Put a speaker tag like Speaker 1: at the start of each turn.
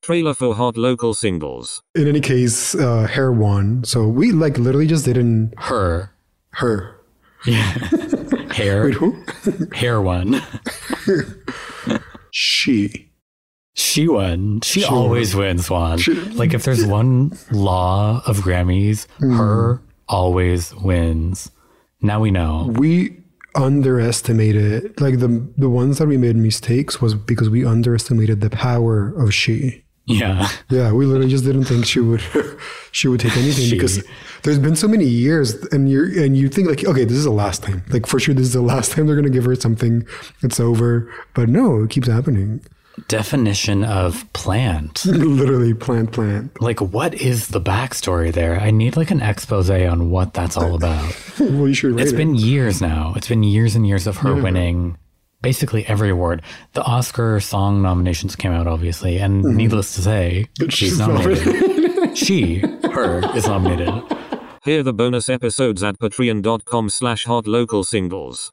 Speaker 1: Trailer for hot local singles.
Speaker 2: In any case, uh, Hair won. So we like literally just didn't
Speaker 3: Her
Speaker 2: her.
Speaker 3: hair
Speaker 2: Wait, who?
Speaker 3: hair won.
Speaker 2: She.
Speaker 3: She won. She,
Speaker 2: She
Speaker 3: always wins one.
Speaker 2: She-
Speaker 3: like if there's one law of Grammys, her always wins. Now we know.
Speaker 2: We underestimated like the the ones that we made mistakes was because we underestimated the power of she.
Speaker 3: Yeah.
Speaker 2: Yeah, we literally just didn't think she would she would take anything
Speaker 3: She.
Speaker 2: because there's been so many years and you are and you think like okay, this is the last time. Like for sure this is the last time they're going to give her something. It's over. But no, it keeps happening.
Speaker 3: Definition of plant.
Speaker 2: literally plant plant.
Speaker 3: Like what is the backstory there? I need like an expose on what that's all about.
Speaker 2: well, you should rate
Speaker 3: It's
Speaker 2: it.
Speaker 3: been years now. It's been years and years of her winning basically every award. The Oscar song nominations came out, obviously, and needless to say, Mm-hmm. she's nominated. she, her, is nominated.
Speaker 1: Hear the bonus episodes at patreon.com slash hot local singles.